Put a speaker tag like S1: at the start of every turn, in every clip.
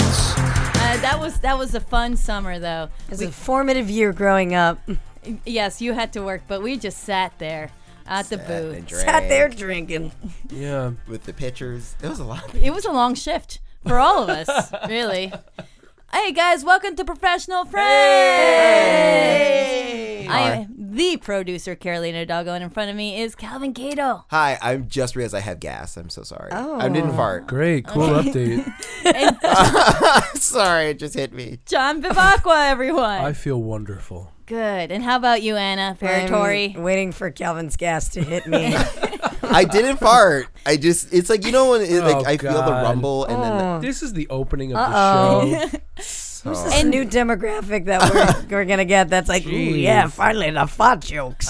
S1: was Uh, that was a fun summer though.
S2: It was a formative year growing up.
S1: Yes, you had to work, but we just sat there at the booth.
S2: Sat there drinking.
S3: Yeah.
S4: with the pictures. It was a lot.
S1: It was a long shift for all of us, really. Hey guys, welcome to Professional Friends. I am the producer Carolina Doggo, and in front of me is Calvin Cato.
S4: Hi, I'm just realized I have gas. I'm so sorry. I
S1: Oh.
S4: didn't fart.
S3: Great. Cool update.
S4: sorry, it just hit me.
S1: John Vivacqua, everyone.
S3: I feel wonderful.
S1: Good. And how about you, Anna Ferratori?
S2: I'm waiting for Calvin's gas to hit me.
S4: I didn't fart. I just it's like you know when it, like
S3: Oh,
S4: I feel the
S3: God.
S4: rumble and then
S1: Oh.
S4: the,
S3: This is the opening of the show.
S2: This is a new demographic that we're, we're gonna get. That's like, ooh, yeah, finally the fart jokes.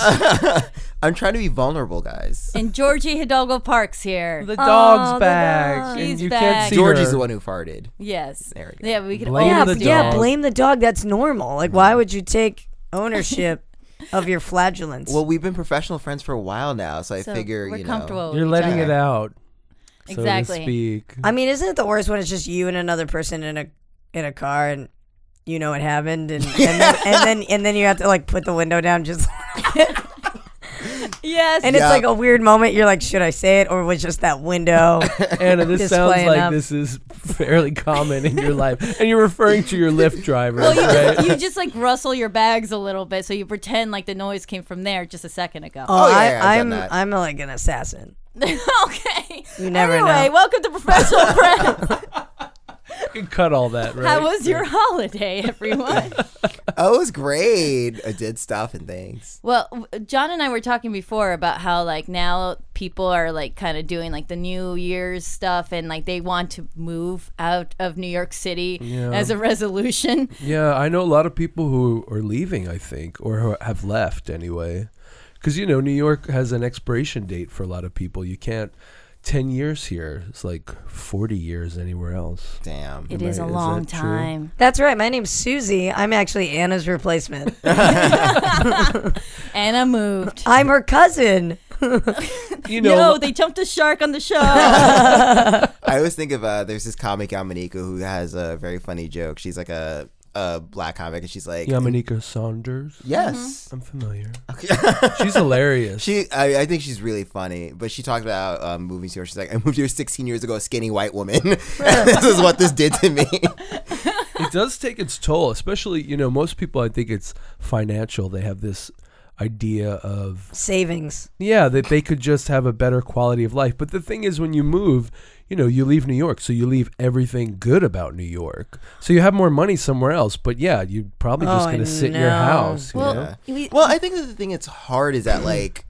S4: I'm trying to be vulnerable, guys.
S1: and Georgie Hidalgo Parks here.
S3: The dog's back,
S1: Oh, dog.
S3: and
S1: She's
S3: you
S1: back.
S3: can't see
S4: Georgie's
S3: her.
S4: the one who farted.
S1: yes.
S4: There we go.
S1: Yeah, we could
S3: Blame
S1: all
S2: yeah,
S3: the
S1: do
S2: yeah.
S1: that.
S3: dog.
S2: Blame the dog. That's normal. Like, why would you take ownership of your flagellants?
S4: Well, we've been professional friends for a while now, so I
S1: So
S4: figure
S1: we're
S4: you know.
S1: comfortable.
S3: You're
S1: with each
S3: letting
S1: other.
S3: it out. So
S1: Exactly.
S3: To speak.
S2: I mean, isn't it the worst when it's just you and another person in a in a car and you know it happened and and then and then, and then you have to like put the window down just
S1: Yes.
S2: and
S4: Yeah.
S2: it's like a weird moment. You're like, should I say it or was just that window?
S3: Anna, this
S2: Just
S3: sounds
S2: playing
S3: like
S2: up.
S3: this is fairly common in your life, and you're referring to your Lyft driver,
S1: well, you
S3: right?
S1: just, you just like rustle your bags a little bit, so you pretend like the noise came from there just a second ago.
S4: Oh, yeah,
S2: I,
S4: yeah, I've done
S2: am
S4: that.
S2: I'm like an assassin.
S1: okay.
S2: You never
S1: anyway,
S2: know.
S1: welcome to Professional Friends.
S3: You can cut all that, right?
S1: How was your holiday, everyone?
S4: Oh, it was great. I did stuff and things.
S1: Well, w- John and I were talking before about how like now people are like kind of doing like the New Year's stuff and like they want to move out of New York City as a resolution.
S3: Yeah, I know a lot of people who are leaving, I think, or who have left anyway. Because, you know, New York has an expiration date for a lot of people. You can't, 10 years here, it's like 40 years anywhere else.
S4: Damn.
S1: It is a
S3: Right, is
S1: long
S3: that true?
S1: time.
S2: That's right. My name's Susie. I'm actually Anna's replacement.
S1: Anna moved.
S2: I'm her cousin.
S3: You
S1: No,
S3: know,
S1: they jumped the shark on the show.
S4: I always think of uh, there's this comic Yamanika who has a very funny joke. She's like a a black comic, and she's like,
S3: Yamanika Saunders.
S4: yes.
S3: I'm familiar. She's hilarious.
S4: She, I, I think she's really funny, but she talked about um, moving to her. She's like, I moved here 16 years ago, a skinny white woman. And this is what this did to me.
S3: it does take its toll, especially, you know, most people, I think it's financial. They have this idea of
S2: Savings.
S3: Yeah, that they could just have a better quality of life. But the thing is, when you move, you know, you leave New York, so you leave everything good about New York. So you have more money somewhere else. But yeah, you're probably just
S2: Oh,
S3: going to sit in your
S2: no.
S3: house. You know?
S1: well, we-
S4: well, I think that the thing that's hard is that like.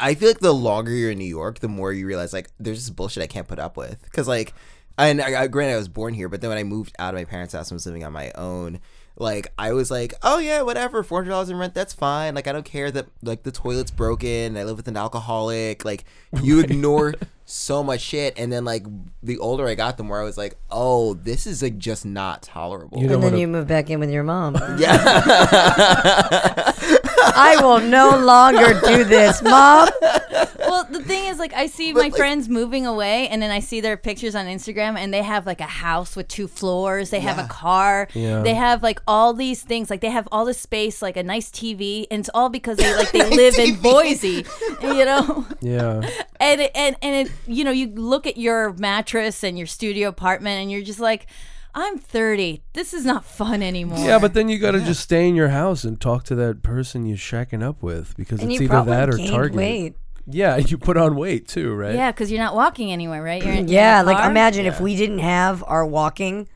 S4: I feel like the longer you're in New York, the more you realize like there's this bullshit I can't put up with. Because like, and I, I, granted I was born here, but then when I moved out of my parents' house and was living on my own, like I was like, oh yeah, whatever, four hundred dollars in rent, that's fine. Like I don't care that like the toilet's broken. I live with an alcoholic. Like you ignore so much shit, and then like the older I got, the more I was like, oh, this is like just not tolerable.
S3: You know-
S2: And
S3: Don't
S2: then
S3: wanna-
S2: you move back in with your mom.
S4: yeah.
S2: I will no longer do this, mom.
S1: well, the thing is, like, I see my friends moving away, and then I see their pictures on Instagram, and they have like a house with two floors. They have a car.
S3: Yeah.
S1: They have like all these things. Like, they have all this space, like a nice TV, and it's all because they like they live in Boise, you know.
S3: yeah.
S1: And it, and and it, you know, you look at your mattress and your studio apartment, and you're just like, I'm 30. This is not fun anymore.
S3: Yeah, but then you got to just stay in your house and talk to that person you're shacking up with because
S2: And
S3: it's
S2: you
S3: either
S2: probably
S3: that or
S2: gained
S3: Target.
S2: weight.
S3: Yeah, you put on weight too, right?
S1: Yeah, because you're not walking anywhere, right? You're in,
S2: Yeah,
S1: in a
S2: like
S1: car?
S2: imagine if we didn't have our walking.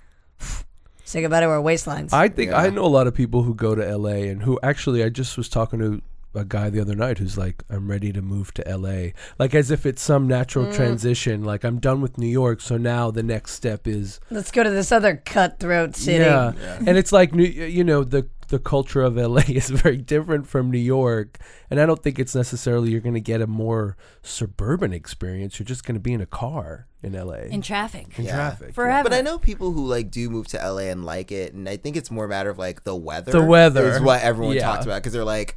S2: Say goodbye to our waistlines.
S3: I think I know a lot of people who go to LA and who actually I just was talking to a guy the other night who's like I'm ready to move to LA like as if it's some natural transition like I'm done with New York so now the next step is
S2: Let's go to this other cutthroat city.
S3: yeah. and it's like New, you know the the culture of LA is very different from New York and I don't think it's necessarily you're going to get a more suburban experience you're just going to be in a car in LA
S1: in traffic
S3: in traffic
S1: forever.
S4: But I know people who like do move to LA and like it, and I think it's more a matter of like the weather.
S3: The weather.
S4: is what everyone
S3: Yeah.
S4: talks about because they're like,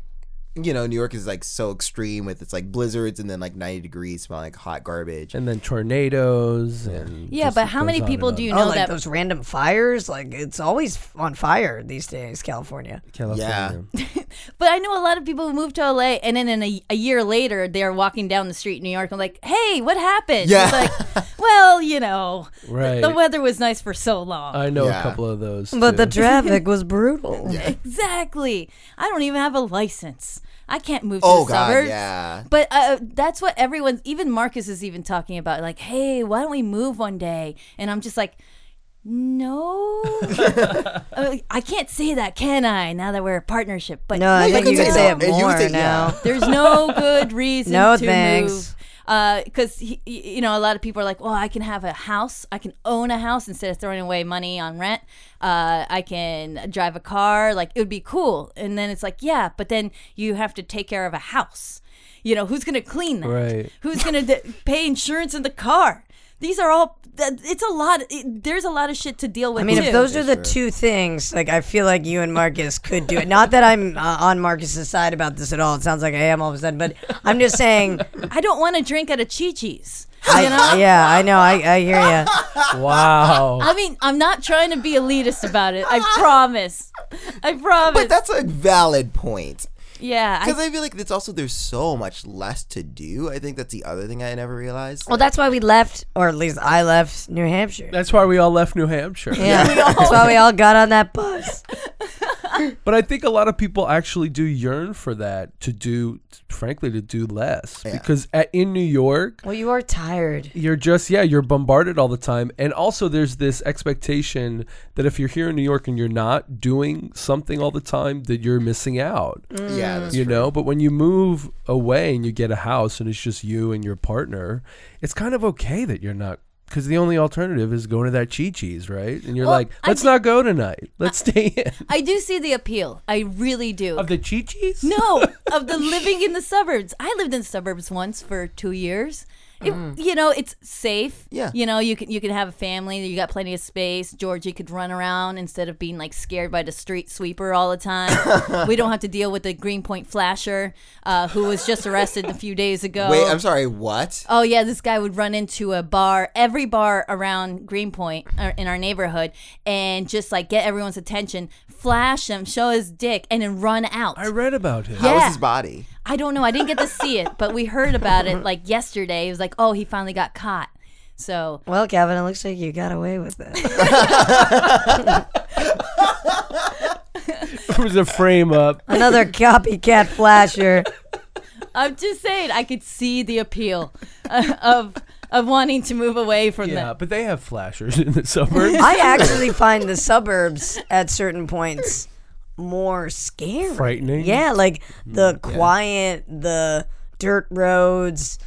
S4: you know, New York is like so extreme with it's like blizzards and then like 90 degrees smelling like hot garbage.
S3: and then tornadoes and
S1: Yeah,
S3: just
S1: but
S3: it
S1: how many
S3: goes on
S1: people
S3: and
S1: do
S3: on.
S1: you
S2: Oh,
S1: know
S2: like
S1: that?
S2: those random fires? Like it's always on fire these days, California.
S3: California.
S1: But I know a lot of people who moved to LA, and then in a, a year later, they're walking down the street in New York. and like, hey, what happened?
S4: Yeah.
S1: It's like, well, you know,
S3: right Uh,
S1: the weather was nice for so long.
S3: i know a
S4: Yeah.
S3: couple of those
S2: But the
S3: too.
S2: traffic was brutal.
S1: Exactly. I don't even have a license. I can't move to
S4: Oh,
S1: the
S4: God,
S1: suburbs.
S4: yeah.
S1: But uh, that's what everyone's, even Marcus is even talking about. Like, hey, why don't we move one day? And I'm just like, no. I, mean, I can't say that, can I? Now that we're a partnership. But
S2: No, I
S4: you
S2: think
S4: could
S2: you can
S4: say
S2: say
S4: that.
S2: it
S4: You could
S2: more
S4: say-
S2: now.
S1: There's no good reason
S2: No,
S1: to
S2: thanks.
S1: move. Uh, Because you know, a lot of people are like, "Well, I can have a house. I can own a house instead of throwing away money on rent. Uh, I can drive a car. Like it would be cool." And then it's like, "Yeah, but then you have to take care of a house. You know, who's going to clean that?
S3: Right.
S1: Who's going to d- pay insurance in the car? These are all. th- It's a lot. It, there's a lot of shit to deal with.
S2: I mean,
S1: too.
S2: if those are the two things, like I feel like you and Marcus could do it. Not that I'm uh, on Marcus's side about this at all. It sounds like I am all of a sudden, but I'm just saying.
S1: I don't want to drink at a Chi Chi's.
S2: I, Yeah, I know. I, I hear you.
S3: wow
S1: I mean, I'm not trying to be elitist about it. I promise. I promise.
S4: But that's a valid point.
S1: yeah. I-
S4: Because I feel like it's also there's so much less to do. I think that's the other thing I never realized.
S2: Well, that's why we left, or at least I left New Hampshire.
S3: that's why we all left new hampshire
S2: yeah, that's why we all got on that bus.
S3: But I think a lot of people actually do yearn for that to do, frankly, to do less because at, in New York,
S2: Well, you are tired.
S3: you're just yeah, you're bombarded all the time, and also there's this expectation that if you're here in New York and you're not doing something all the time, that you're missing out.
S1: Mm.
S4: yeah, that's
S3: You know, but when you move away and you get a house and it's just you and your partner, it's kind of okay that you're not. Because the only alternative is going to that Chi Chi's, right? And you're
S1: Well,
S3: like,
S1: I
S3: let's
S1: thi-
S3: not go tonight. Let's stay in.
S1: I do see the appeal. I really do.
S3: Of the Chi Chi's?
S1: no, of the living in the suburbs. I lived in the suburbs once for two years. It, You know, it's safe.
S4: Mm. Yeah.
S1: You know, you can you can have a family. You got plenty of space. Georgie could run around instead of being like scared by the street sweeper all the time. we don't have to deal with the Greenpoint flasher uh, who was just arrested a few days ago.
S4: Wait, I'm sorry. What?
S1: Oh yeah, this guy would run into a bar, every bar around Greenpoint or in our neighborhood, and just like get everyone's attention, flash him, show his dick, and then run out.
S3: I
S1: I,
S3: read about him.
S4: How was
S1: Yeah. Oh,
S4: his body?
S1: don't know. I didn't get to see it, but we heard about it like yesterday. It was like, oh, he finally got caught. So
S2: Well, Kevin, it looks like you got away with it.
S3: It was a frame up.
S2: Another copycat flasher.
S1: I'm just saying, I could see the appeal uh, of of wanting to move away from
S3: Yeah,
S1: that.
S3: but they have flashers in the suburbs.
S2: I actually find the suburbs at certain points more scary.
S3: Frightening.
S2: Yeah, like the
S3: Hmm,
S2: quiet, the dirt roads,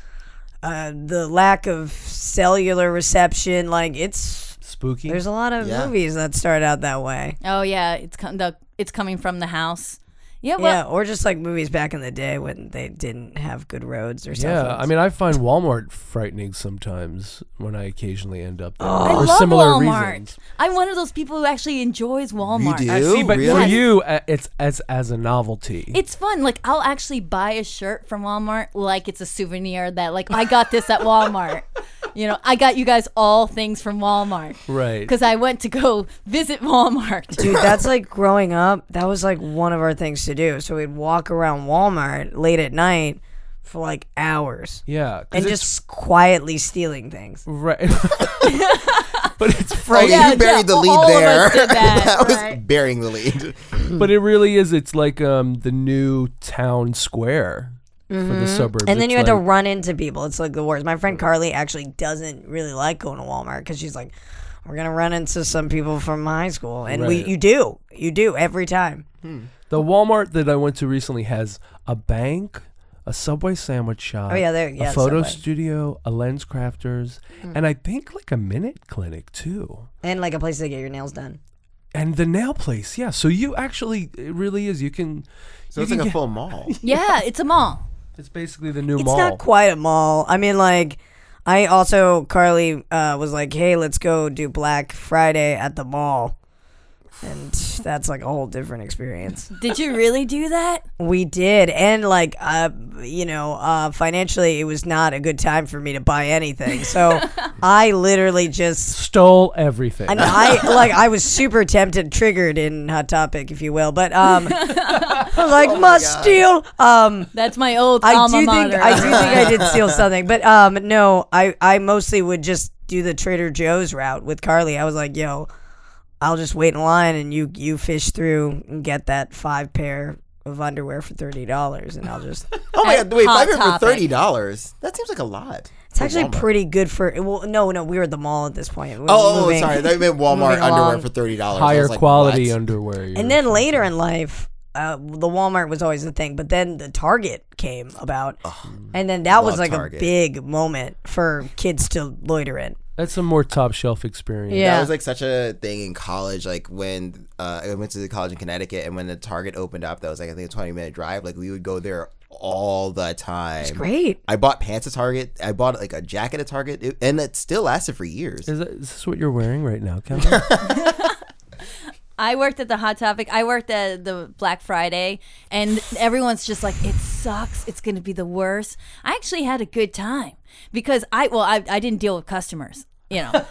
S2: uh, the lack of cellular reception. Like it's
S3: Spooky.
S2: there's a lot of
S4: Yeah.
S2: movies that start out that way.
S1: Oh yeah, it's com- the, it's coming from the house. Yeah, well,
S2: yeah, or just like movies back in the day when they didn't have good roads or something.
S3: yeah, I mean, I find Walmart frightening sometimes when I occasionally end up there
S1: I
S3: for
S1: love
S3: similar
S1: Walmart.
S3: reasons.
S1: I'm one of those people who actually enjoys Walmart.
S4: do?
S3: I
S4: Ew,
S3: see, but for
S4: really?
S3: you, uh, it's as as a novelty.
S1: It's fun. Like I'll actually buy a shirt from Walmart, like it's a souvenir that like I got this at Walmart. you know, I got you guys all things from Walmart
S3: right.
S1: because I went to go visit Walmart.
S2: Dude, that's like growing up. That was like one of our things to do. So we'd walk around Walmart late at night for like hours
S3: Yeah, 'cause
S2: and
S3: it's
S2: just quietly stealing things.
S3: right. but it's
S4: Oh,
S3: frightening.
S1: yeah,
S4: you buried the
S1: yeah,
S4: lead
S1: all of us
S4: there.
S1: did that,
S4: was
S1: right.
S4: burying the lead.
S3: But it really is. It's like um the new town square for the suburbs.
S2: Mm-hmm. And then
S3: It's
S2: you had to
S3: like-
S2: run into people. It's like the worst. My friend Carly actually doesn't really like going to Walmart because she's like, we're gonna run into some people from high school, and we
S3: Right.
S2: you do you do every time.
S3: the Walmart that I went to recently has a bank. A Subway sandwich shop.
S2: Oh, yeah, there- yeah,
S3: a photo
S2: Subway. Mm.
S3: studio, a lens crafters, and I think like a minute clinic too.
S2: And like a place to get your nails done.
S3: And the nail place, yeah. So you actually, it really is. You can,
S4: So
S3: you
S4: it's
S3: can
S4: like a
S3: get-
S4: full mall.
S1: yeah, it's a mall.
S3: It's basically the new
S2: It's
S3: mall.
S2: not quite a mall. I mean, like, I also Carly uh, was like, "Hey, let's go do Black Friday at the mall." and that's like a whole different experience.
S1: Did you really do that?
S2: We did, and like uh, you know, uh, financially, it was not a good time for me to buy anything. So I literally just
S5: Stole everything.
S4: Oh,
S2: and I like I was super tempted, triggered in Hot Topic, if you will, but um, I was like must steal. Um,
S1: That's my old
S2: I
S1: alma
S2: do
S1: mater.
S2: think I do think I did steal something, but um, no, I I mostly would just do the Trader Joe's route with Carly. I was like, yo, I'll just wait in line and you you fish through and get that five pair of underwear for thirty dollars, and I'll just.
S4: Oh my
S1: At
S4: god! Wait,
S1: Hot
S4: five hundred for
S1: Topic.
S4: thirty dollars. That seems like a lot.
S2: It's actually
S4: Walmart.
S2: pretty good for. Well, no, no, we were at the mall at this point. We were
S4: Oh, oh
S2: moving.
S4: sorry, that meant Walmart
S2: moving
S4: underwear
S2: along.
S4: for thirty dollars.
S5: Higher quality
S4: What?
S5: underwear. you're
S2: And then
S5: referring
S2: later
S5: to.
S2: in life, uh, the Walmart was always the thing, but then the Target came about, and then that was
S4: Love
S2: like
S4: Target.
S2: a big moment for kids to loiter in.
S5: that's a more top shelf experience.
S2: Yeah.
S4: That was like such a thing in college. Like when uh, I went to the college in Connecticut, and when the Target opened up, that was like I think a twenty minute drive. Like we would go there all the time. It's
S2: Great.
S4: I bought pants at Target. I bought like a jacket at Target, It- and it still lasted for years.
S5: Is, that, is this what you're wearing right now, Kevin?
S1: I worked at the Hot Topic. I worked at the Black Friday, and everyone's just like, "It sucks. It's going to be the worst." I actually had a good time because I well, I, I didn't deal with customers. You know,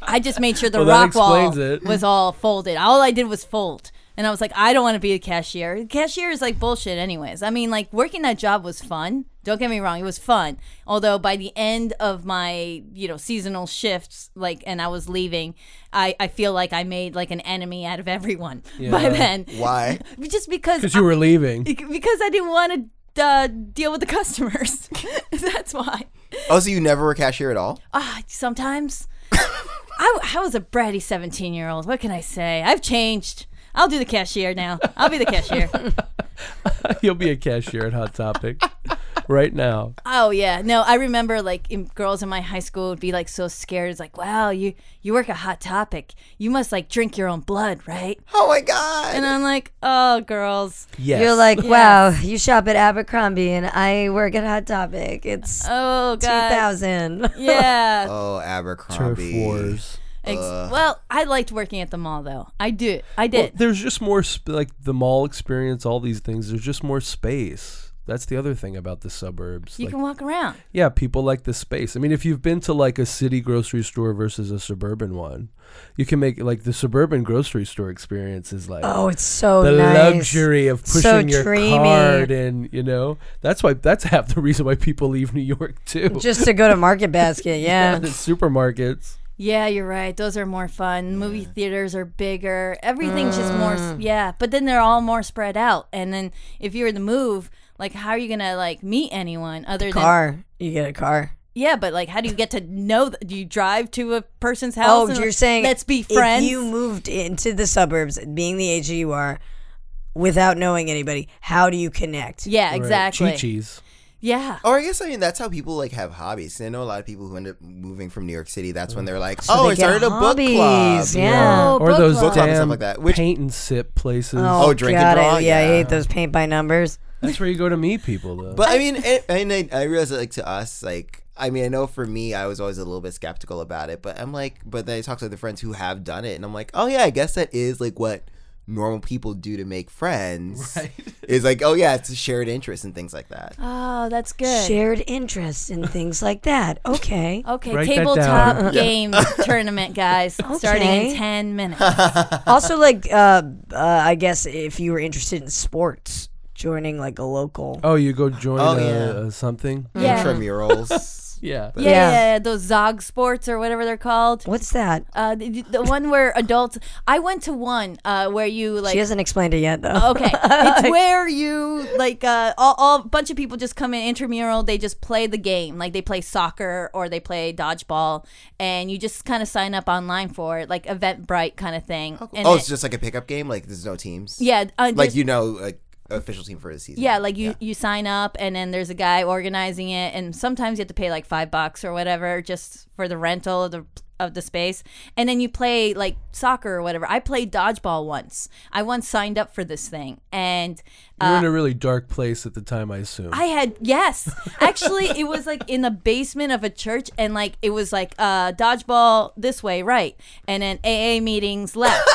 S1: I just made sure the
S3: Well,
S1: rock
S3: that
S1: wall
S3: explains it.
S1: was all folded. All I did was fold. And I was like, I don't want to be a cashier. Cashier is like bullshit, anyways. I mean, like working that job was fun. Don't get me wrong, it was fun. Although by the end of my, you know, seasonal shifts, like, and I was leaving, I, I feel like I made like an enemy out of everyone by then.
S4: Why?
S1: Just because
S5: Because you were leaving.
S1: because I didn't want to uh, deal with the customers. That's why.
S4: Oh, so you never were cashier at all?
S1: Ah, sometimes. I, I was a bratty 17 year old. What can I say? I've changed. I'll do the cashier now. I'll be the cashier.
S5: You'll be a cashier at Hot Topic right now.
S1: oh yeah, no, I remember like in, girls in my high school would be like so scared. It's like, wow, you you work a hot topic. You must like drink your own blood, right?
S4: Oh my god!
S1: And I'm like, oh, girls.
S5: Yes.
S2: You're like, wow, you shop at Abercrombie and I work at Hot Topic. It's
S1: Oh god.
S2: 2000.
S1: Yeah.
S4: oh
S5: turf
S4: Abercrombie.
S5: wars.
S1: Ex- well, I liked working at the mall though. I do. I
S3: Uh. Well,
S1: did.
S3: there's just more sp- like the mall experience, all these things. There's just more space. That's the other thing about the suburbs.
S1: you
S3: like,
S1: can walk around.
S3: yeah, people like the space. I mean, if you've been to like a city grocery store versus a suburban one, you can make like the suburban grocery store experience is like
S2: Oh, it's so
S3: the
S2: nice.
S3: luxury of
S2: So
S3: pushing your
S2: dreamy.
S3: card and you know that's why that's half the reason why people leave New York too.
S2: Just to go to Market Basket, yeah.
S3: The supermarkets.
S1: Yeah, you're right. Those are more fun. Movie theaters are bigger. Everything's just more. s-
S2: Mm.
S1: Yeah, but then they're all more spread out. And then if you're in the move, like how are you gonna like meet anyone other than
S2: Car. You get a car.
S1: yeah? But like, how do you get to know? Th- do you drive to a person's house?
S2: Oh,
S1: and,
S2: you're
S1: like,
S2: saying
S1: let's be friends.
S2: If you moved into the suburbs, being the age that you are, without knowing anybody, how do you connect?
S1: yeah,
S3: Right.
S1: exactly.
S3: Chi-Chi's.
S1: Yeah.
S4: Or I guess I mean that's how people like have hobbies. And I know a lot of people who end up moving from New York City. That's when they're like,
S2: they
S4: "Oh, I
S2: get
S4: started a book club."
S2: hobbies, Yeah.
S1: Oh,
S3: or
S1: book
S3: those
S1: club.
S4: Book club and stuff
S3: damn
S4: like that, which-
S3: paint and sip places.
S4: Oh, drink and
S2: God, I- yeah,
S4: draw,
S2: I
S4: yeah.
S2: hate those paint by numbers.
S3: That's where you go to meet people, though.
S4: But I mean, and, and I, I realize that like to us, like I mean, I know for me, I was always a little bit skeptical about it. But I'm like, but then I talk to the friends who have done it, and I'm like, oh yeah, I guess that is like what normal people do to make friends. Right. Is like, oh yeah, it's a shared interest and things like that.
S1: Oh, that's good.
S2: Shared interests and things like that. Okay.
S1: Okay,
S5: Write that
S1: tabletop
S5: down.
S1: game tournament, guys, starting in
S2: Okay.
S1: 10 minutes.
S2: also, like, uh, uh, I guess if you were interested in sports, joining like a local.
S3: oh, you go join
S4: Oh,
S3: a,
S4: yeah.
S3: a something.
S2: Mm.
S1: Yeah.
S4: Intramurals.
S5: Yeah.
S1: Yeah, yeah,
S2: Yeah.
S1: yeah, those Zog sports or whatever they're called.
S2: What's that?
S1: Uh, the, the one where adults. I went to one uh, where you like. Oh,
S2: she hasn't explained it yet, though.
S1: okay, it's where you like uh, all, all bunch of people just come in intramural. They just play the game, like they play soccer or they play dodgeball, and you just kind of sign up online for it, like Eventbrite kind of thing. And
S4: oh,
S1: it-
S4: it's just like a pickup game. Like there's no teams.
S1: yeah, uh,
S4: Like
S1: there's-
S4: you know, like official team for the season.
S1: Yeah, like you you sign up and then there's a guy organizing it, and sometimes you have to pay like five bucks or whatever just for the rental of the of the space, and then you play like soccer or whatever. I played dodgeball once. I once signed up for this thing, and
S3: You were in a really dark place at the time, I assume.
S1: I had yes. Actually, it was like in the basement of a church, and like it was like uh, dodgeball this way, right, and then AA meetings left.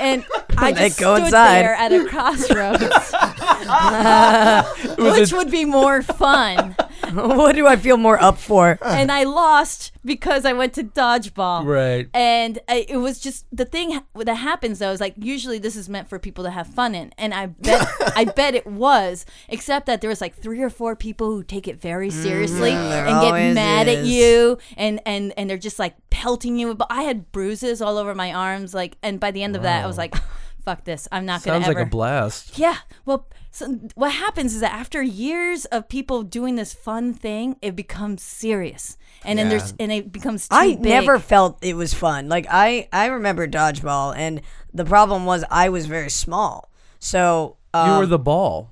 S1: and I
S2: They
S1: just
S2: go
S1: stood
S2: inside.
S1: there at a crossroads,
S2: was
S1: which
S2: a-
S1: would be more fun.
S2: what do I feel more up for?
S1: and I lost because I went to dodgeball.
S5: Right.
S1: And I, it was just the thing ha- that happens though is like usually this is meant for people to have fun in, and I bet I bet it was, except that there was like three or four people who take it very
S5: Mm-hmm.
S1: seriously
S2: there
S1: and get
S2: always
S1: mad at
S2: is.
S1: you, and and and they're just like pelting you. But I had bruises all over my arms, like, and by the end of that, I was like, "Fuck this! I'm not gonna
S5: Sounds
S1: ever."
S5: like a blast.
S1: Yeah. Well, so what happens is that after years of people doing this fun thing, it becomes serious, and then there's and it becomes. Too
S2: I
S1: big.
S2: never felt it was fun. Like I, I remember dodgeball, and the problem was I was very small. So
S5: You
S2: um,
S5: were the ball.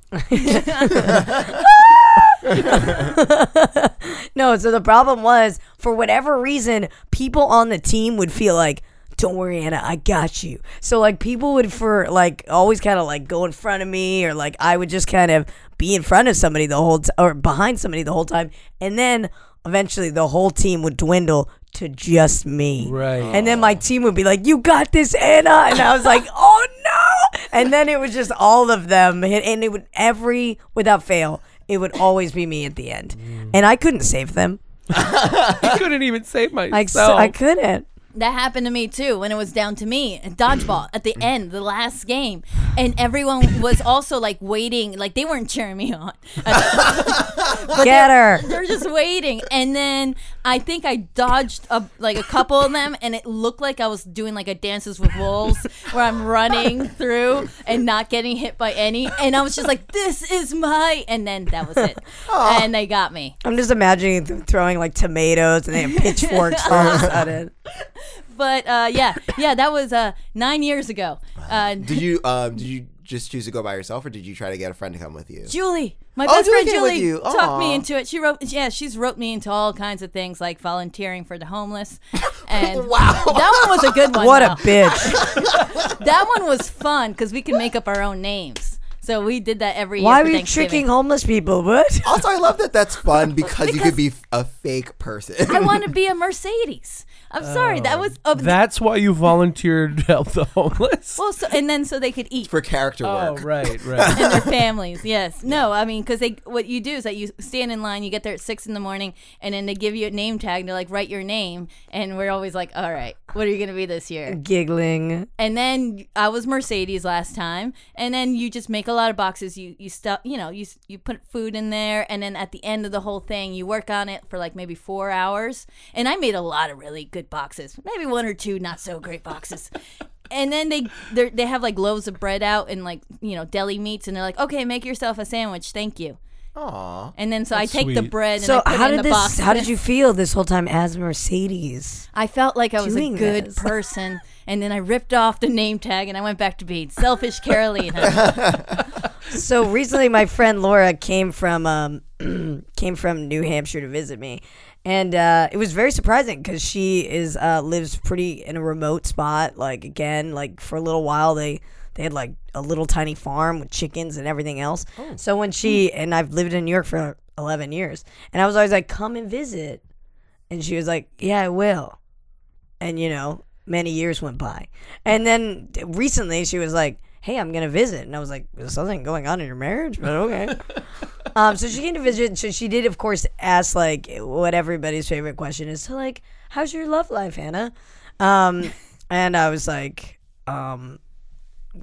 S2: no. So the problem was for whatever reason, people on the team would feel like. Don't worry, Anna. I got you. So like, people would for like always kind of like go in front of me, or like I would just kind of be in front of somebody the whole t- or behind somebody the whole time, and then eventually the whole team would dwindle to just me.
S5: Right.
S2: And then my team would be like, "You got this, Anna," and I was like, "Oh no!" And then it was just all of them, and- and it would every without fail, it would always be me at the end, and I couldn't save them.
S5: I couldn't even save myself.
S2: I, so, I couldn't.
S1: That happened to me too when it was down to me. and Dodgeball at the end, the last game, and everyone was also like waiting, like they weren't cheering me on.
S2: Get her.
S1: They're just waiting, and then I think I dodged a, like a couple of them, and it looked like I was doing like a Dances with Wolves, where I'm running through and not getting hit by any, and I was just like, "This is my," and then that was it, and they got me.
S2: I'm just imagining them throwing like tomatoes and they have pitchforks all of a sudden.
S1: But uh, yeah, yeah, that was uh, nine years ago. Uh,
S4: Did you um did you just choose to go by yourself or did you try to get a friend to come with you?
S1: Julie, my
S4: Oh,
S1: best
S4: Julie
S1: friend
S4: came with
S1: Julie,
S4: you.
S1: talked me
S4: Aw.
S1: into it. She wrote, yeah, she's wrote me into all kinds of things like volunteering for the homeless. And
S4: Wow.
S1: that one was a good one.
S2: What a
S1: though.
S2: bitch!
S1: that one was fun because we can make up our own names. So we did that every
S2: Why
S1: year.
S2: were
S1: for
S2: you
S1: Thanksgiving.
S2: tricking homeless people? What?
S4: Also, I love that that's fun because, you could be f- a fake person.
S1: I want to be a Mercedes. I'm sorry, that was
S2: Oh,
S1: a,
S5: That's why you volunteered to help the homeless.
S1: well, so, and then so they could eat.
S4: for character
S5: Oh,
S4: work.
S5: right, right.
S1: and their families. Yes. No, I mean, because they what you do is that you stand in line, you get there at six in the morning, and then they give you a name tag and they're like, write your name. And we're always like, all right, what are you going to be this year?
S2: Giggling.
S1: And then I was Mercedes last time. And then you just make a lot of boxes. You you stuff, you know, you s- you put food in there, and then at the end of the whole thing, you work on it for like maybe four hours. And I made a lot of really good boxes, maybe one or two not so great boxes. and then they they're- they have like loaves of bread out and like you know deli meats, and they're like, okay, make yourself a sandwich, thank you.
S4: Aw.
S1: And then so I take the
S5: sweet.
S1: bread. And I
S2: So
S1: put it
S2: how
S1: in
S2: did
S1: the
S2: this?
S1: Box.
S2: How did you feel this whole time as Mercedes?
S1: I felt like I was a
S2: doing
S1: good
S2: this?
S1: person, and then I ripped off the name tag and I went back to being selfish Carolina.
S2: So recently, my friend Laura came from um, came from New Hampshire to visit me, and uh, it was very surprising because she is uh, lives pretty in a remote spot. Like again, like for a little while they they had like a little tiny farm with chickens and everything else. So when she and I've lived in New York for eleven years, and I was always like, "Come and visit," and she was like, "Yeah, I will," and you know. Many years went by, and then recently she was like, "Hey, I'm gonna visit," and I was like, "There's something going on in your marriage?" But okay. Um, so she came to visit. So she did, of course, ask like what everybody's favorite question is. So like, how's your love life, Hannah? Um, and I was like, um,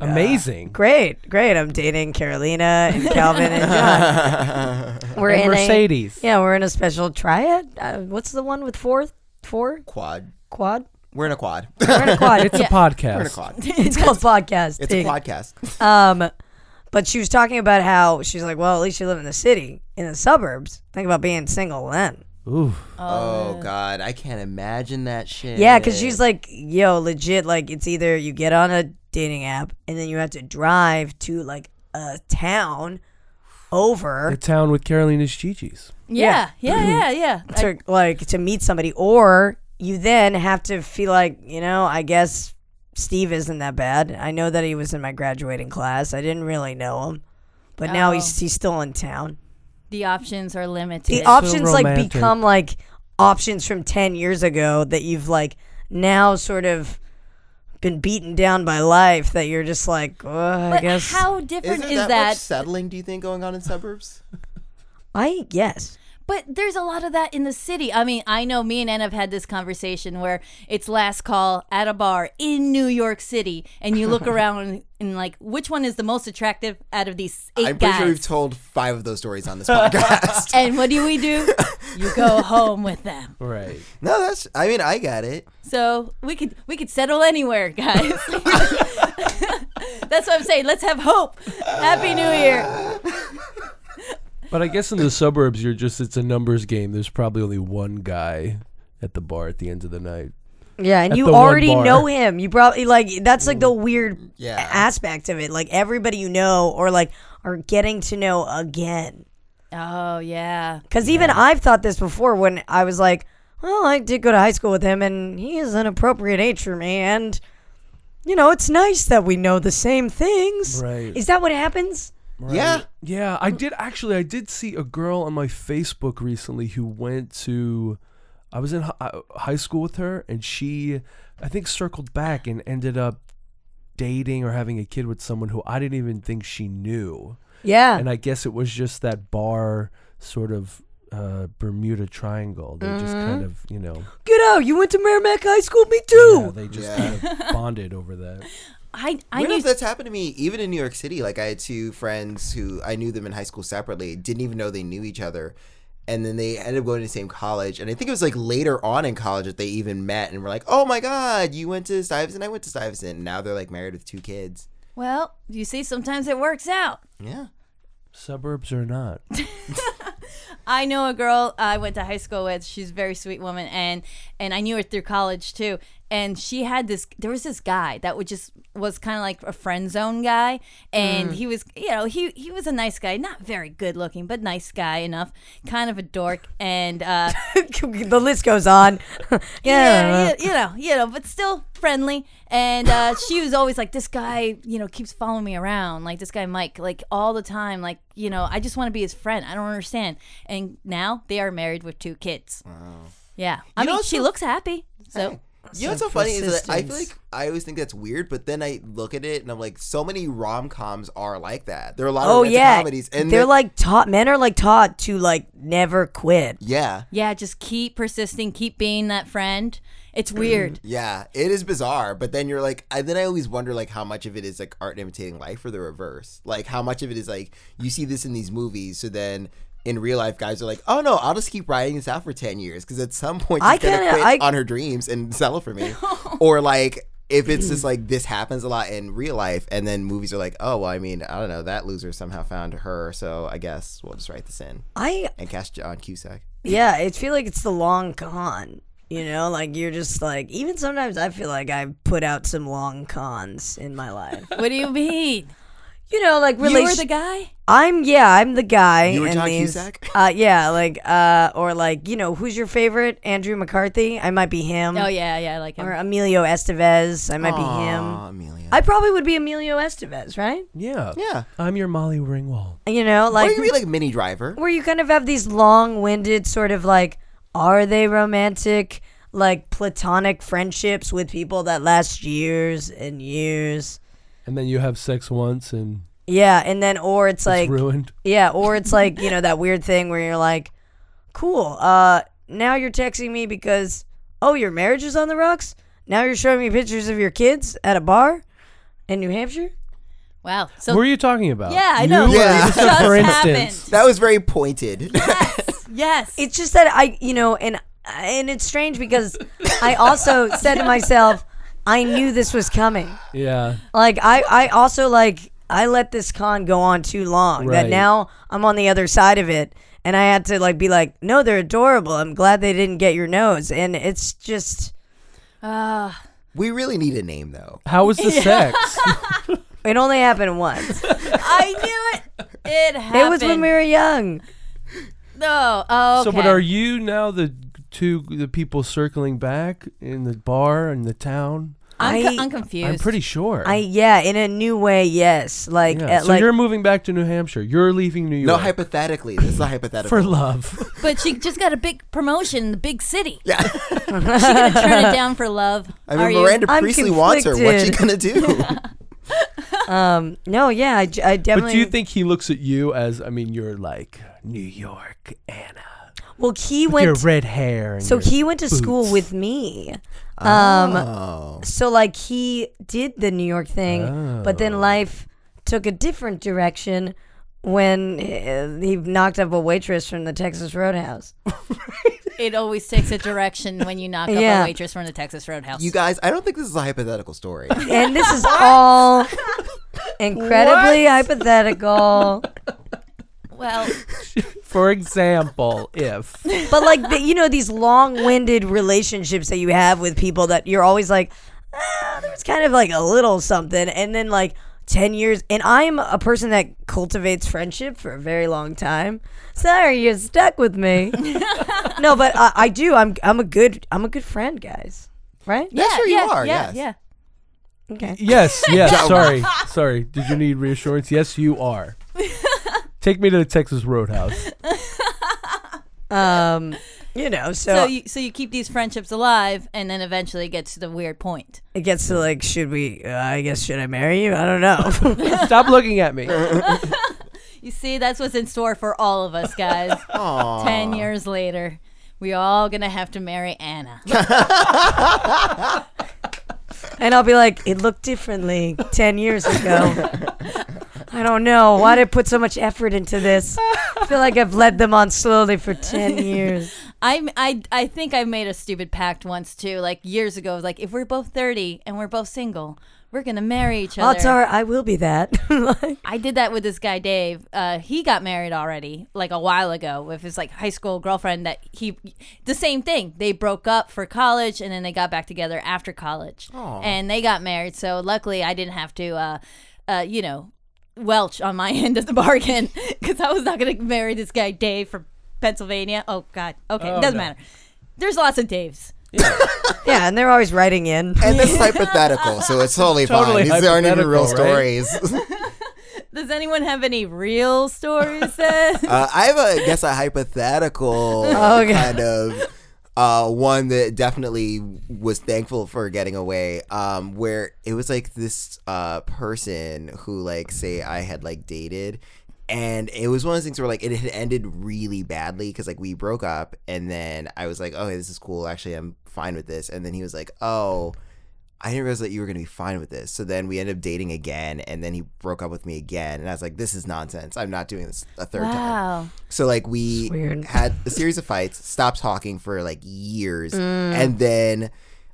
S5: Amazing.
S2: great, great. I'm dating Carolina and Calvin and John. We're
S5: And
S2: in
S5: Mercedes.
S2: A, yeah, we're in a special triad. Uh, what's the one with four, four
S4: Quad.
S2: quad?
S4: We're in a quad.
S2: We're in a quad.
S5: It's
S1: Yeah.
S5: a podcast.
S4: We're in a quad.
S2: it's called podcast.
S4: It's a podcast.
S2: Um, but she was talking about how she's like, well, at least you live in the city, in the suburbs. Think about being single then.
S5: Ooh.
S4: Oh God, I can't imagine that shit.
S2: Yeah, because she's like, yo, legit. Like, it's either you get on a dating app and then you have to drive to like a town
S5: A
S2: over
S5: town with Carolina's Gigi's.
S1: yeah, yeah, yeah,
S2: Mm-hmm.
S1: yeah. I-
S2: to like to meet somebody, or you then have to feel like, you know, I guess Steve isn't that bad. I know that he was in my graduating class. I didn't really know him, but now
S1: Oh.
S2: he's he's still in town.
S1: Uh, the options are limited.
S2: the options like
S5: romantic.
S2: become like options from 10 years ago that you've like now sort of been beaten down by life that you're just like, oh, I
S1: But
S2: guess.
S1: how different
S4: Isn't
S1: is
S4: that,
S1: that?
S4: much settling? Do you think going on in suburbs?
S2: I yes.
S1: But there's a lot of that in the city. I mean, I know me and Anna have had this conversation where it's last call at a bar in New York City, and you look around and like, which one is the most attractive out of these 8
S4: I'm pretty
S1: guys?
S4: sure we've told five of those stories on this podcast.
S1: and what do we do? you go home with them.
S5: Right.
S4: no, that's. I mean, I got it.
S1: So we could we could settle anywhere, guys. That's what I'm saying. Let's have hope. Happy New Year.
S5: But I guess in the suburbs, you're just, it's a numbers game. There's probably only one guy at the bar at the end of the night.
S2: Yeah, and
S5: At
S2: you
S5: the one
S2: already
S5: bar.
S2: know him. You probably like that's like the weird
S4: Yeah.
S2: aspect of it. Like everybody you know or like are getting to know again.
S1: Oh yeah.
S2: Cuz even I've thought this before when I was like, well, I did go to high school with him and he is an appropriate age for me and you know, it's nice that we know the same things.
S5: Right.
S2: Is that what happens?
S4: Yeah.
S5: Yeah, I did actually. I did see a girl on my Facebook recently who went to. I was in hi- uh, high school with her, and she, I think, circled back and ended up dating or having a kid with someone who I didn't even think she knew.
S2: Yeah.
S5: And I guess it was just that bar sort of uh, Bermuda Triangle. They just kind of, you know,
S2: Get out. You went to Merrimack High School, me
S5: yeah,
S2: too.
S5: they just
S4: Yeah.
S5: kind of bonded over that.
S1: I I
S4: Weird
S1: knew
S4: enough, that's happened to me even in New York City. Like I had two friends who I knew them in high school separately, didn't even know they knew each other, and then they ended up going to the same college. And I think it was like later on in college that they even met and were like, "Oh my God, you went to Stuyvesant, I went to Stuyvesant." And now they're like married with two kids.
S1: Well, you see sometimes it works out.
S4: Yeah,
S5: Suburbs or not.
S1: I know a girl I went to high school with. She's a very sweet woman, and and I knew her through college too. And she had this. There was this guy that would just was kind of like a friend zone guy, and he was, you know, he he was a nice guy, not very good looking, but nice guy enough, kind of a dork, and uh,
S2: the list goes on. yeah. uh,
S1: yeah, you, you know, you know, but still friendly. And uh, she was always like, this guy, you know, keeps following me around, like this guy Mike, like all the time, like you know, I just want to be his friend. I don't understand. And now they are married with two kids. Yeah, I
S4: You know,
S1: mean, she
S4: so-
S1: looks happy. So
S4: you know what's so funny is that I feel like I always think that's weird, but then I look at it and I'm like, so many rom coms are like that. There are a lot of
S2: Oh
S4: romantic
S2: yeah,
S4: comedies, and
S2: they're like taught. Men are like taught to like never quit.
S4: yeah,
S1: yeah, just keep persisting, keep being that friend. It's
S4: Mm.
S1: weird.
S4: yeah, it is bizarre. But then you're like, I, then I always wonder like how much of it is like art imitating life or the reverse. Like how much of it is like you see this in these movies, so then. In real life, guys are like, "Oh no, I'll just keep riding this out for ten years because at some point she's
S2: I
S4: gonna
S2: kinda-
S4: quit
S2: I-
S4: on her dreams and sell it for me." or like, if it's just like this happens a lot in real life, and then movies are like, "Oh well, I mean, I don't know, that loser somehow found her, so I guess we'll just write this in
S2: I
S4: and cast John Cusack."
S2: yeah, I feel like it's the long con. You know, like you're just like even sometimes I feel like I've put out some long cons in my life.
S1: what do you mean?
S2: you know, like
S1: You were
S2: relation.
S1: the guy.
S2: I'm yeah, I'm the guy.
S4: You were
S2: in
S4: John
S2: these-
S4: Cusack?
S2: Uh, yeah, like uh, or like you know, who's your favorite? Andrew McCarthy. I might be him.
S4: Mm.
S1: Oh yeah, yeah, I like him.
S2: Or Emilio Estevez. I might be him.
S4: Aw, Amelia.
S2: I probably would be Emilio Estevez, right?
S5: Yeah.
S4: yeah,
S5: I'm your Molly Ringwald.
S2: You know,
S4: or
S2: like
S4: you could be like Mini Driver.
S2: where you kind of have these long-winded sort of like are they romantic like platonic friendships with people that last years and years
S5: And then you have sex once and
S2: yeah and then or it's like
S5: it's ruined.
S2: yeah or it's like you know that weird thing where you're like cool uh now you're texting me because oh your marriage is on the rocks now you're showing me pictures of your kids at a bar in new hampshire
S1: Wow.
S5: What
S1: So
S5: are you talking about?
S1: yeah, I know.
S5: You
S1: It
S5: were-
S4: Yeah.
S1: just
S5: for instance.
S1: happened.
S4: That was very pointed.
S1: Yes.
S2: it's just that I, you know, and and it's strange because I also said to myself, I knew this was coming.
S5: Yeah.
S2: Like I, I also like I let this con go on too long. That
S5: Right.
S2: now I'm on the other side of it, and I had to like be like, no, they're adorable. I'm glad they didn't get your nose. And it's just
S1: Uh,
S4: We really need a name though.
S5: How was the sex?
S2: it only happened once.
S1: I knew it. It happened.
S2: It was when we were young.
S1: No. Oh, okay.
S5: So, but are you now the two the people circling back in the bar in the town?
S1: I'm, co-
S2: I-
S1: I'm confused.
S5: I'm pretty sure.
S2: I yeah, in a new way, yes. Like
S5: yeah.
S2: uh,
S5: So
S2: like
S5: you're moving back to New Hampshire. You're leaving New York.
S4: No, hypothetically, this is a hypothetical.
S5: for love.
S1: But she just got a big promotion in the big city.
S4: yeah,
S1: She gonna turn it down for love.
S4: I mean
S1: Are you?
S4: Miranda
S2: I'm
S4: Priestley wants her. What's she gonna
S2: conflicted.
S4: do?
S2: um no, yeah, I, j- I definitely
S5: But do you think he looks at you as I mean you're like New York Anna.
S2: Well, he
S5: With your
S2: went
S5: red hair. And
S2: so
S5: your-
S2: he went to school
S5: boots.
S2: with me. Um,
S4: oh,
S2: So like he did the New York thing, but then life took a different direction when uh, he knocked up a waitress from the Texas Roadhouse.
S1: It always takes a direction when you knock
S2: Yeah.
S1: up a waitress from the Texas Roadhouse.
S4: you guys, I don't think this is a hypothetical story.
S2: And this is all incredibly hypothetical.
S1: well,
S5: for example, if
S2: But like the, you know these long-winded relationships that you have with people that you're always like ah, there's kind of like a little something and then like 10 years and I'm a person that cultivates friendship for a very long time. Sorry, you're stuck with me. no, but I, I do. I'm I'm a good I'm a good friend, guys. Right?
S4: That's
S1: yeah,
S4: where you
S1: yeah,
S4: are.
S1: Yeah,
S4: yes.
S1: yeah.
S2: Okay.
S5: Yes, yes, sorry. Sorry. Did you need reassurance? Yes, you are. Take me to the Texas Roadhouse.
S2: Um, you know, so,
S1: So you so you keep these friendships alive, and then eventually it gets to the weird point.
S2: it gets to like should we uh, I guess should I marry you? I don't know.
S5: Stop looking at me.
S1: You see, that's what's in store for all of us guys. Ten years later, we all gonna have to marry Anna.
S2: And I'll be like, it looked differently 10 years ago. I don't know. Why did I put so much effort into this? I feel like I've led them on slowly for 10 years.
S1: I, I, I think I made a stupid pact once too, like years ago. Like if we're both thirty and we're both single, we're gonna marry each other.
S2: Odds are I will be that. Like,
S1: I did that with this guy Dave. Uh, he got married already, like a while ago, with his like high school girlfriend. That he, the same thing. They broke up for college, and then they got back together after college, and they got married. So luckily, I didn't have to, uh, uh, you know, welch on my end of the bargain because I was not going to marry this guy Dave from Pennsylvania. Oh God. Okay,
S5: Oh,
S1: doesn't
S5: no.
S1: matter. There's lots of Daves.
S2: yeah, and they're always writing in.
S4: And this is hypothetical, so it's totally,
S5: Totally
S4: fine. These aren't even real
S5: hypothetical, right?
S4: stories.
S1: Does anyone have any real stories? Then?
S4: Uh, I have a I guess a hypothetical
S2: Okay.
S4: kind of uh, one that definitely was thankful for getting away. Um, where it was like this uh, person who like say I had like dated. And it was one of those things where like it had ended really badly because like we broke up and then I was like, oh, this is cool. Actually, I'm fine with this. And then he was like, oh, I didn't realize that you were going to be fine with this. So then we ended up dating again, and then he broke up with me again, and I was like, "This is nonsense. I'm not doing this a third time."
S1: Wow.
S4: So like we
S2: It's weird.
S4: had a series of fights, stopped talking for like years,
S2: Mm.
S4: and then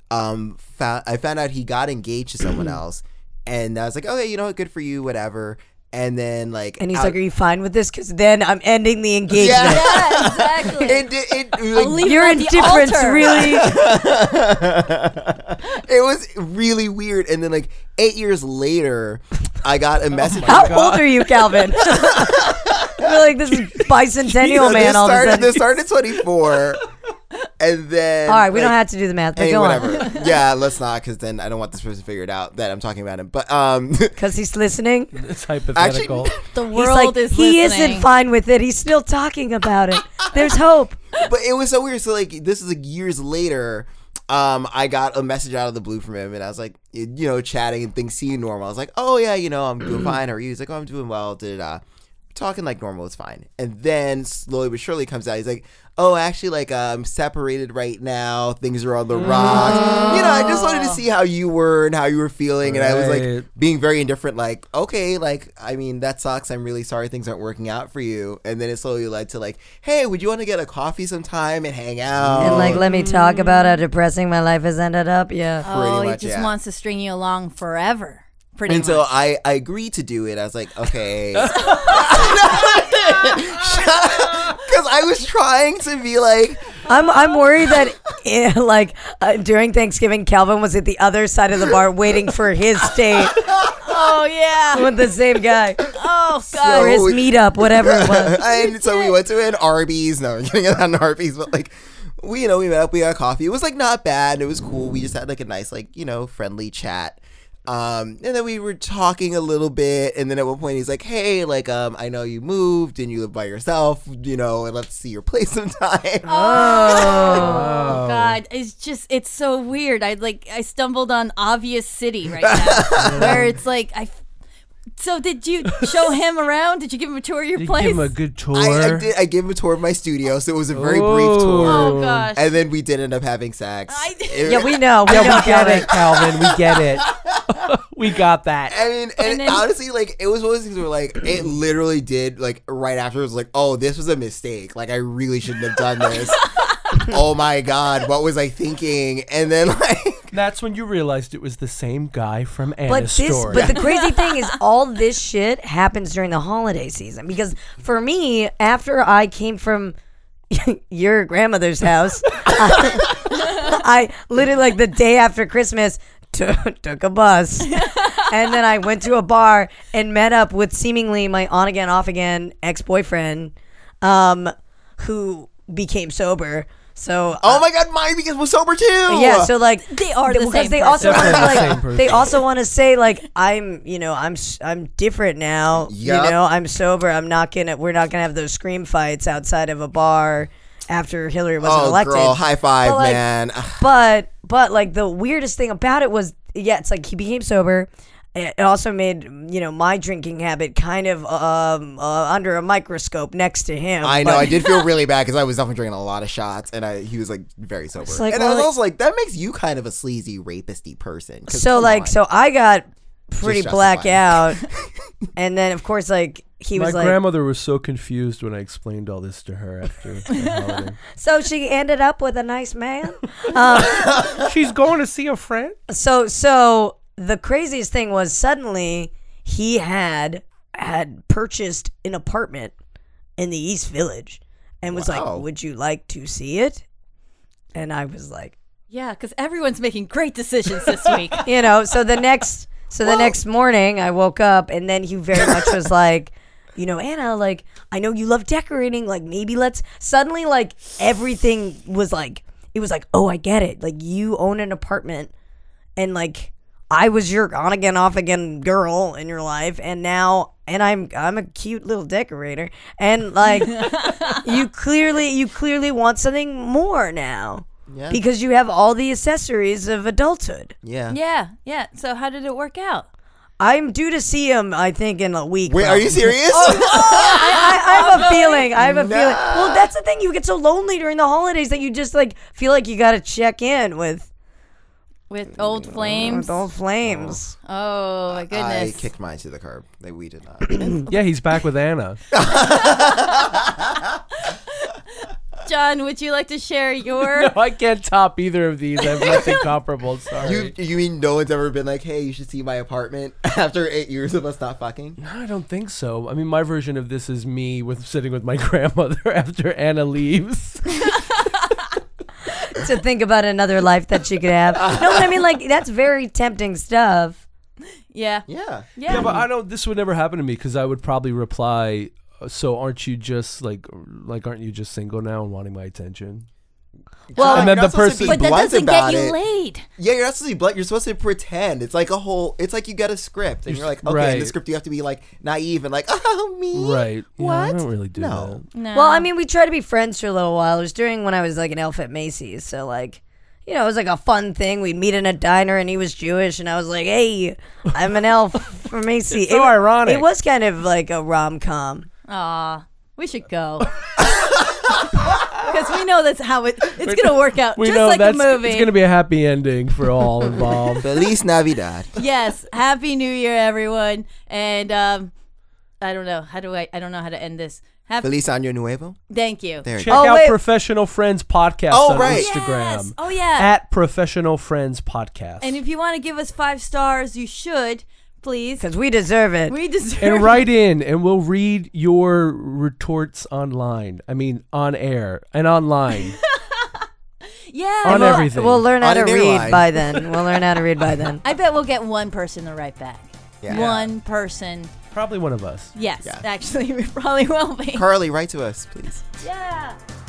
S4: um found I found out he got engaged to someone else, and I was like, "Okay, you know what? Good for you, whatever." And then like,
S2: And he's
S4: out-
S2: like, are you fine with this? Because then I'm ending the engagement.
S4: "Yeah."
S1: Yeah, exactly.
S4: It, did- it, like,
S1: leave
S2: Your
S1: At the
S2: indifference
S1: altar.
S2: really.
S4: it was really weird. And then like eight years later, I
S2: Oh
S4: got a message.
S2: How old are you, Calvin? I feel like this is bicentennial
S4: So
S2: man
S4: This
S2: all of a
S4: started,
S2: sudden.
S4: this started 24, and then.
S2: all right, we don't
S4: like,
S2: have to do the math, but
S4: Hey,
S2: go on.
S4: whatever. yeah, let's not, because then I don't want this person figured out that I'm talking about him. But um,
S2: Because he's listening.
S5: It's hypothetical.
S1: the
S2: He's
S1: world
S2: like,
S1: is
S2: he
S1: listening.
S2: isn't fine with it. He's still talking about it. There's hope.
S4: but it was so weird. So like, this is like years later. Um, I got a message out of the blue from him, and I was like, you know, chatting and things seemed normal. I was like, oh yeah, you know, I'm doing fine. Or he was like, oh, I'm doing well. Da da. da. Talking like normal is fine. And then slowly but surely comes out. He's like, oh, actually, like uh, I'm separated right now. Things are on the rocks. You know, I just wanted to
S2: Ah.
S4: see how you were and how you were feeling. And I was like
S5: Right.
S4: being very indifferent. Like, okay, like I mean, that sucks. I'm really sorry things aren't working out for you. And then it slowly led to like, hey, would you want to get a coffee sometime and hang out?
S2: And like, let me talk about how depressing my life has ended up. Yeah.
S4: pretty
S1: oh,
S4: much,
S1: he just
S4: yeah.
S1: wants to string you along forever. Pretty
S4: And
S1: much.
S4: so I, I agreed to do it. I was like, okay. Because I was trying to be like,
S2: I'm I'm worried that eh, like uh, during Thanksgiving, Calvin was at the other side of the bar waiting for his date
S1: oh yeah.
S2: with the same guy
S1: Oh
S2: or
S1: god.
S2: his meetup, whatever it was.
S4: and so we went to an Arby's. No, I'm getting an Arby's, but like, we you know we met up, we got coffee. It was like not bad. It was cool. We just had like a nice like you know friendly chat. Um, and then we were talking a little bit, and then at one point he's like, "Hey, like, um, I know you moved and you live by yourself, you know, and let's see your place sometime."
S5: Uh,
S1: Oh God! It's just it's so weird. I like I stumbled on obvious city right now, where it's like I. f- So did you show him around? Did you give him a tour of your
S3: You
S1: place?
S3: give him a good tour.
S4: I, I did. I gave him a tour of my studio, so it was a very brief tour.
S1: oh gosh!
S4: And then we did end up having sex.
S1: I-
S4: It-
S2: Yeah, we know. We know
S3: yeah, we get
S2: Calvin.
S3: it, Calvin. We get it. we got that.
S4: I mean, and,
S1: And then-
S4: honestly, like it was one of those things where, like, it literally did, like, right after it was like, oh, this was a mistake. Like, I really shouldn't have done this. oh my god, what was I thinking? And then, like,
S3: That's when you realized it was the same guy from Anna's
S2: But this,
S3: story.
S2: but the crazy thing is, all this shit happens during the holiday season because for me, after I came from your grandmother's house, I, I literally like the day after Christmas took took a bus, and then I went to a bar and met up with seemingly my on again off again ex boyfriend, um, who became sober. So
S4: oh my god, mine because was sober too.
S2: yeah, so like
S1: Oh, They are the
S2: because
S1: same
S2: they
S1: person.
S2: also want to
S3: Definitely the same
S2: like
S3: person.
S2: they also want to say like I'm you know I'm s- I'm different now
S4: Yup.
S2: you know I'm sober I'm not gonna we're not gonna have those scream fights outside of a bar after Hillary wasn't
S4: oh
S2: elected
S4: girl, high five,
S2: But, like,
S4: man.
S2: but but like the weirdest thing about it was yeah it's like he became sober it also made you know my drinking habit kind of um uh, under a microscope next to him
S4: I know.
S2: but-
S4: I did feel really bad because I was definitely drinking a lot of shots, and I he was like very sober.
S2: like,
S4: and I
S2: well,
S4: was
S2: like-
S4: also like, that makes you kind of a sleazy, rapisty person. 'Cause
S2: so
S4: come
S2: like
S4: on.
S2: so I got pretty
S4: Just
S2: black
S4: justify
S2: out and then of course like he
S3: My
S2: was like
S3: grandmother was so confused when I explained all this to her after the holiday.
S2: So she ended up with a nice man.
S3: She's going to see a friend.
S2: so so the craziest thing was suddenly he had had purchased an apartment in the East Village and was
S4: Wow.
S2: like, "Would you like to see it?" And I was like,
S1: yeah, because everyone's making great decisions this week.
S2: you know, so the next so the next morning I woke up and then he very much was like you know, Anna, like, I know you love decorating. Like, maybe let's suddenly, like, everything was like, it was like, oh, I get it. Like, you own an apartment and like I was your on again off again girl in your life and now and I'm I'm a cute little decorator and like you clearly you clearly want something more now.
S4: Yeah.
S2: Because you have all the accessories of adulthood.
S4: yeah.
S1: yeah, yeah. So how did it work out?
S2: I'm due to see him I think in a week.
S4: Wait, are
S2: probably.
S4: you serious?
S2: Oh, I, I have a feeling. I have a feeling. Well, that's the thing. You get so lonely during the holidays that you just like feel like you got to check in with,
S1: With old flames.
S2: with old flames.
S1: oh my goodness!
S4: I kicked mine to the curb. Like, we did not.
S3: Yeah, he's back with Anna.
S1: John, would you like to share your?
S3: I can't top either of these. I have nothing comparable. Sorry.
S4: You you mean no one's ever been like, hey, you should see my apartment after eight years of us not fucking?
S3: I don't think so. I mean, my version of this is me with sitting with my grandmother after Anna leaves.
S2: to think about another life that she could have. No, but I mean, like that's very tempting stuff.
S1: Yeah,
S4: Yeah.
S1: yeah.
S3: Yeah, but I don't. This would never happen to me because I would probably reply. "Uh, So aren't you just like like aren't you just single now and wanting my attention?
S1: Well,
S3: And then
S4: You're not
S3: the
S4: supposed to
S3: person-
S4: be
S1: but that
S4: blunt
S1: doesn't
S4: about
S1: get you
S4: it.
S1: laid.
S4: Yeah, you're not supposed to be blunt. You're supposed to pretend. It's like a whole. It's like you got a script, and you're like, okay, in the
S3: Right.
S4: script you have to be like naive and like, oh me.
S3: Right. Yeah, I
S4: What?
S3: don't really do
S4: No.
S3: that.
S1: No.
S2: Well, I mean, we tried to be friends for a little while. It was during when I was like an elf at Macy's, so like. You know, it was like a fun thing. We'd meet in a diner, and he was Jewish, and I was like, "Hey, I'm an elf from Macy."
S3: so ironic.
S2: It was kind of like a rom com.
S1: Aw, we should go. Because we know that's how it, it's going to work out.
S3: We
S1: just
S3: know
S1: like
S3: that's
S1: the movie.
S3: it's gonna be a happy ending for all involved.
S4: Feliz Navidad.
S1: yes. Happy New Year, everyone. And um, I don't know. How do I? I don't know how to end this. Happy,
S4: Feliz Año Nuevo.
S1: thank you.
S4: There. you
S3: Check
S4: go.
S2: Oh,
S3: out
S2: wait.
S3: Professional Friends Podcast
S4: Oh,
S3: on
S4: right.
S3: Instagram.
S1: Yes. Oh, yeah.
S3: At Professional Friends Podcast.
S1: and if you want to give us five stars, you should, please.
S2: Because we deserve it.
S1: We deserve
S3: and write in and we'll read your retorts online. I mean on air and online.
S1: Yeah.
S3: on
S1: well,
S3: everything.
S2: We'll learn how
S4: On
S2: to
S4: an
S2: read
S4: airline.
S2: by then. We'll learn how to read by then.
S1: I bet we'll get one person to write back.
S4: Yeah.
S1: One person.
S3: Probably one of us.
S1: Yes,
S4: Yeah.
S1: actually, we probably will be.
S4: Carly, write to us, please.
S1: yeah.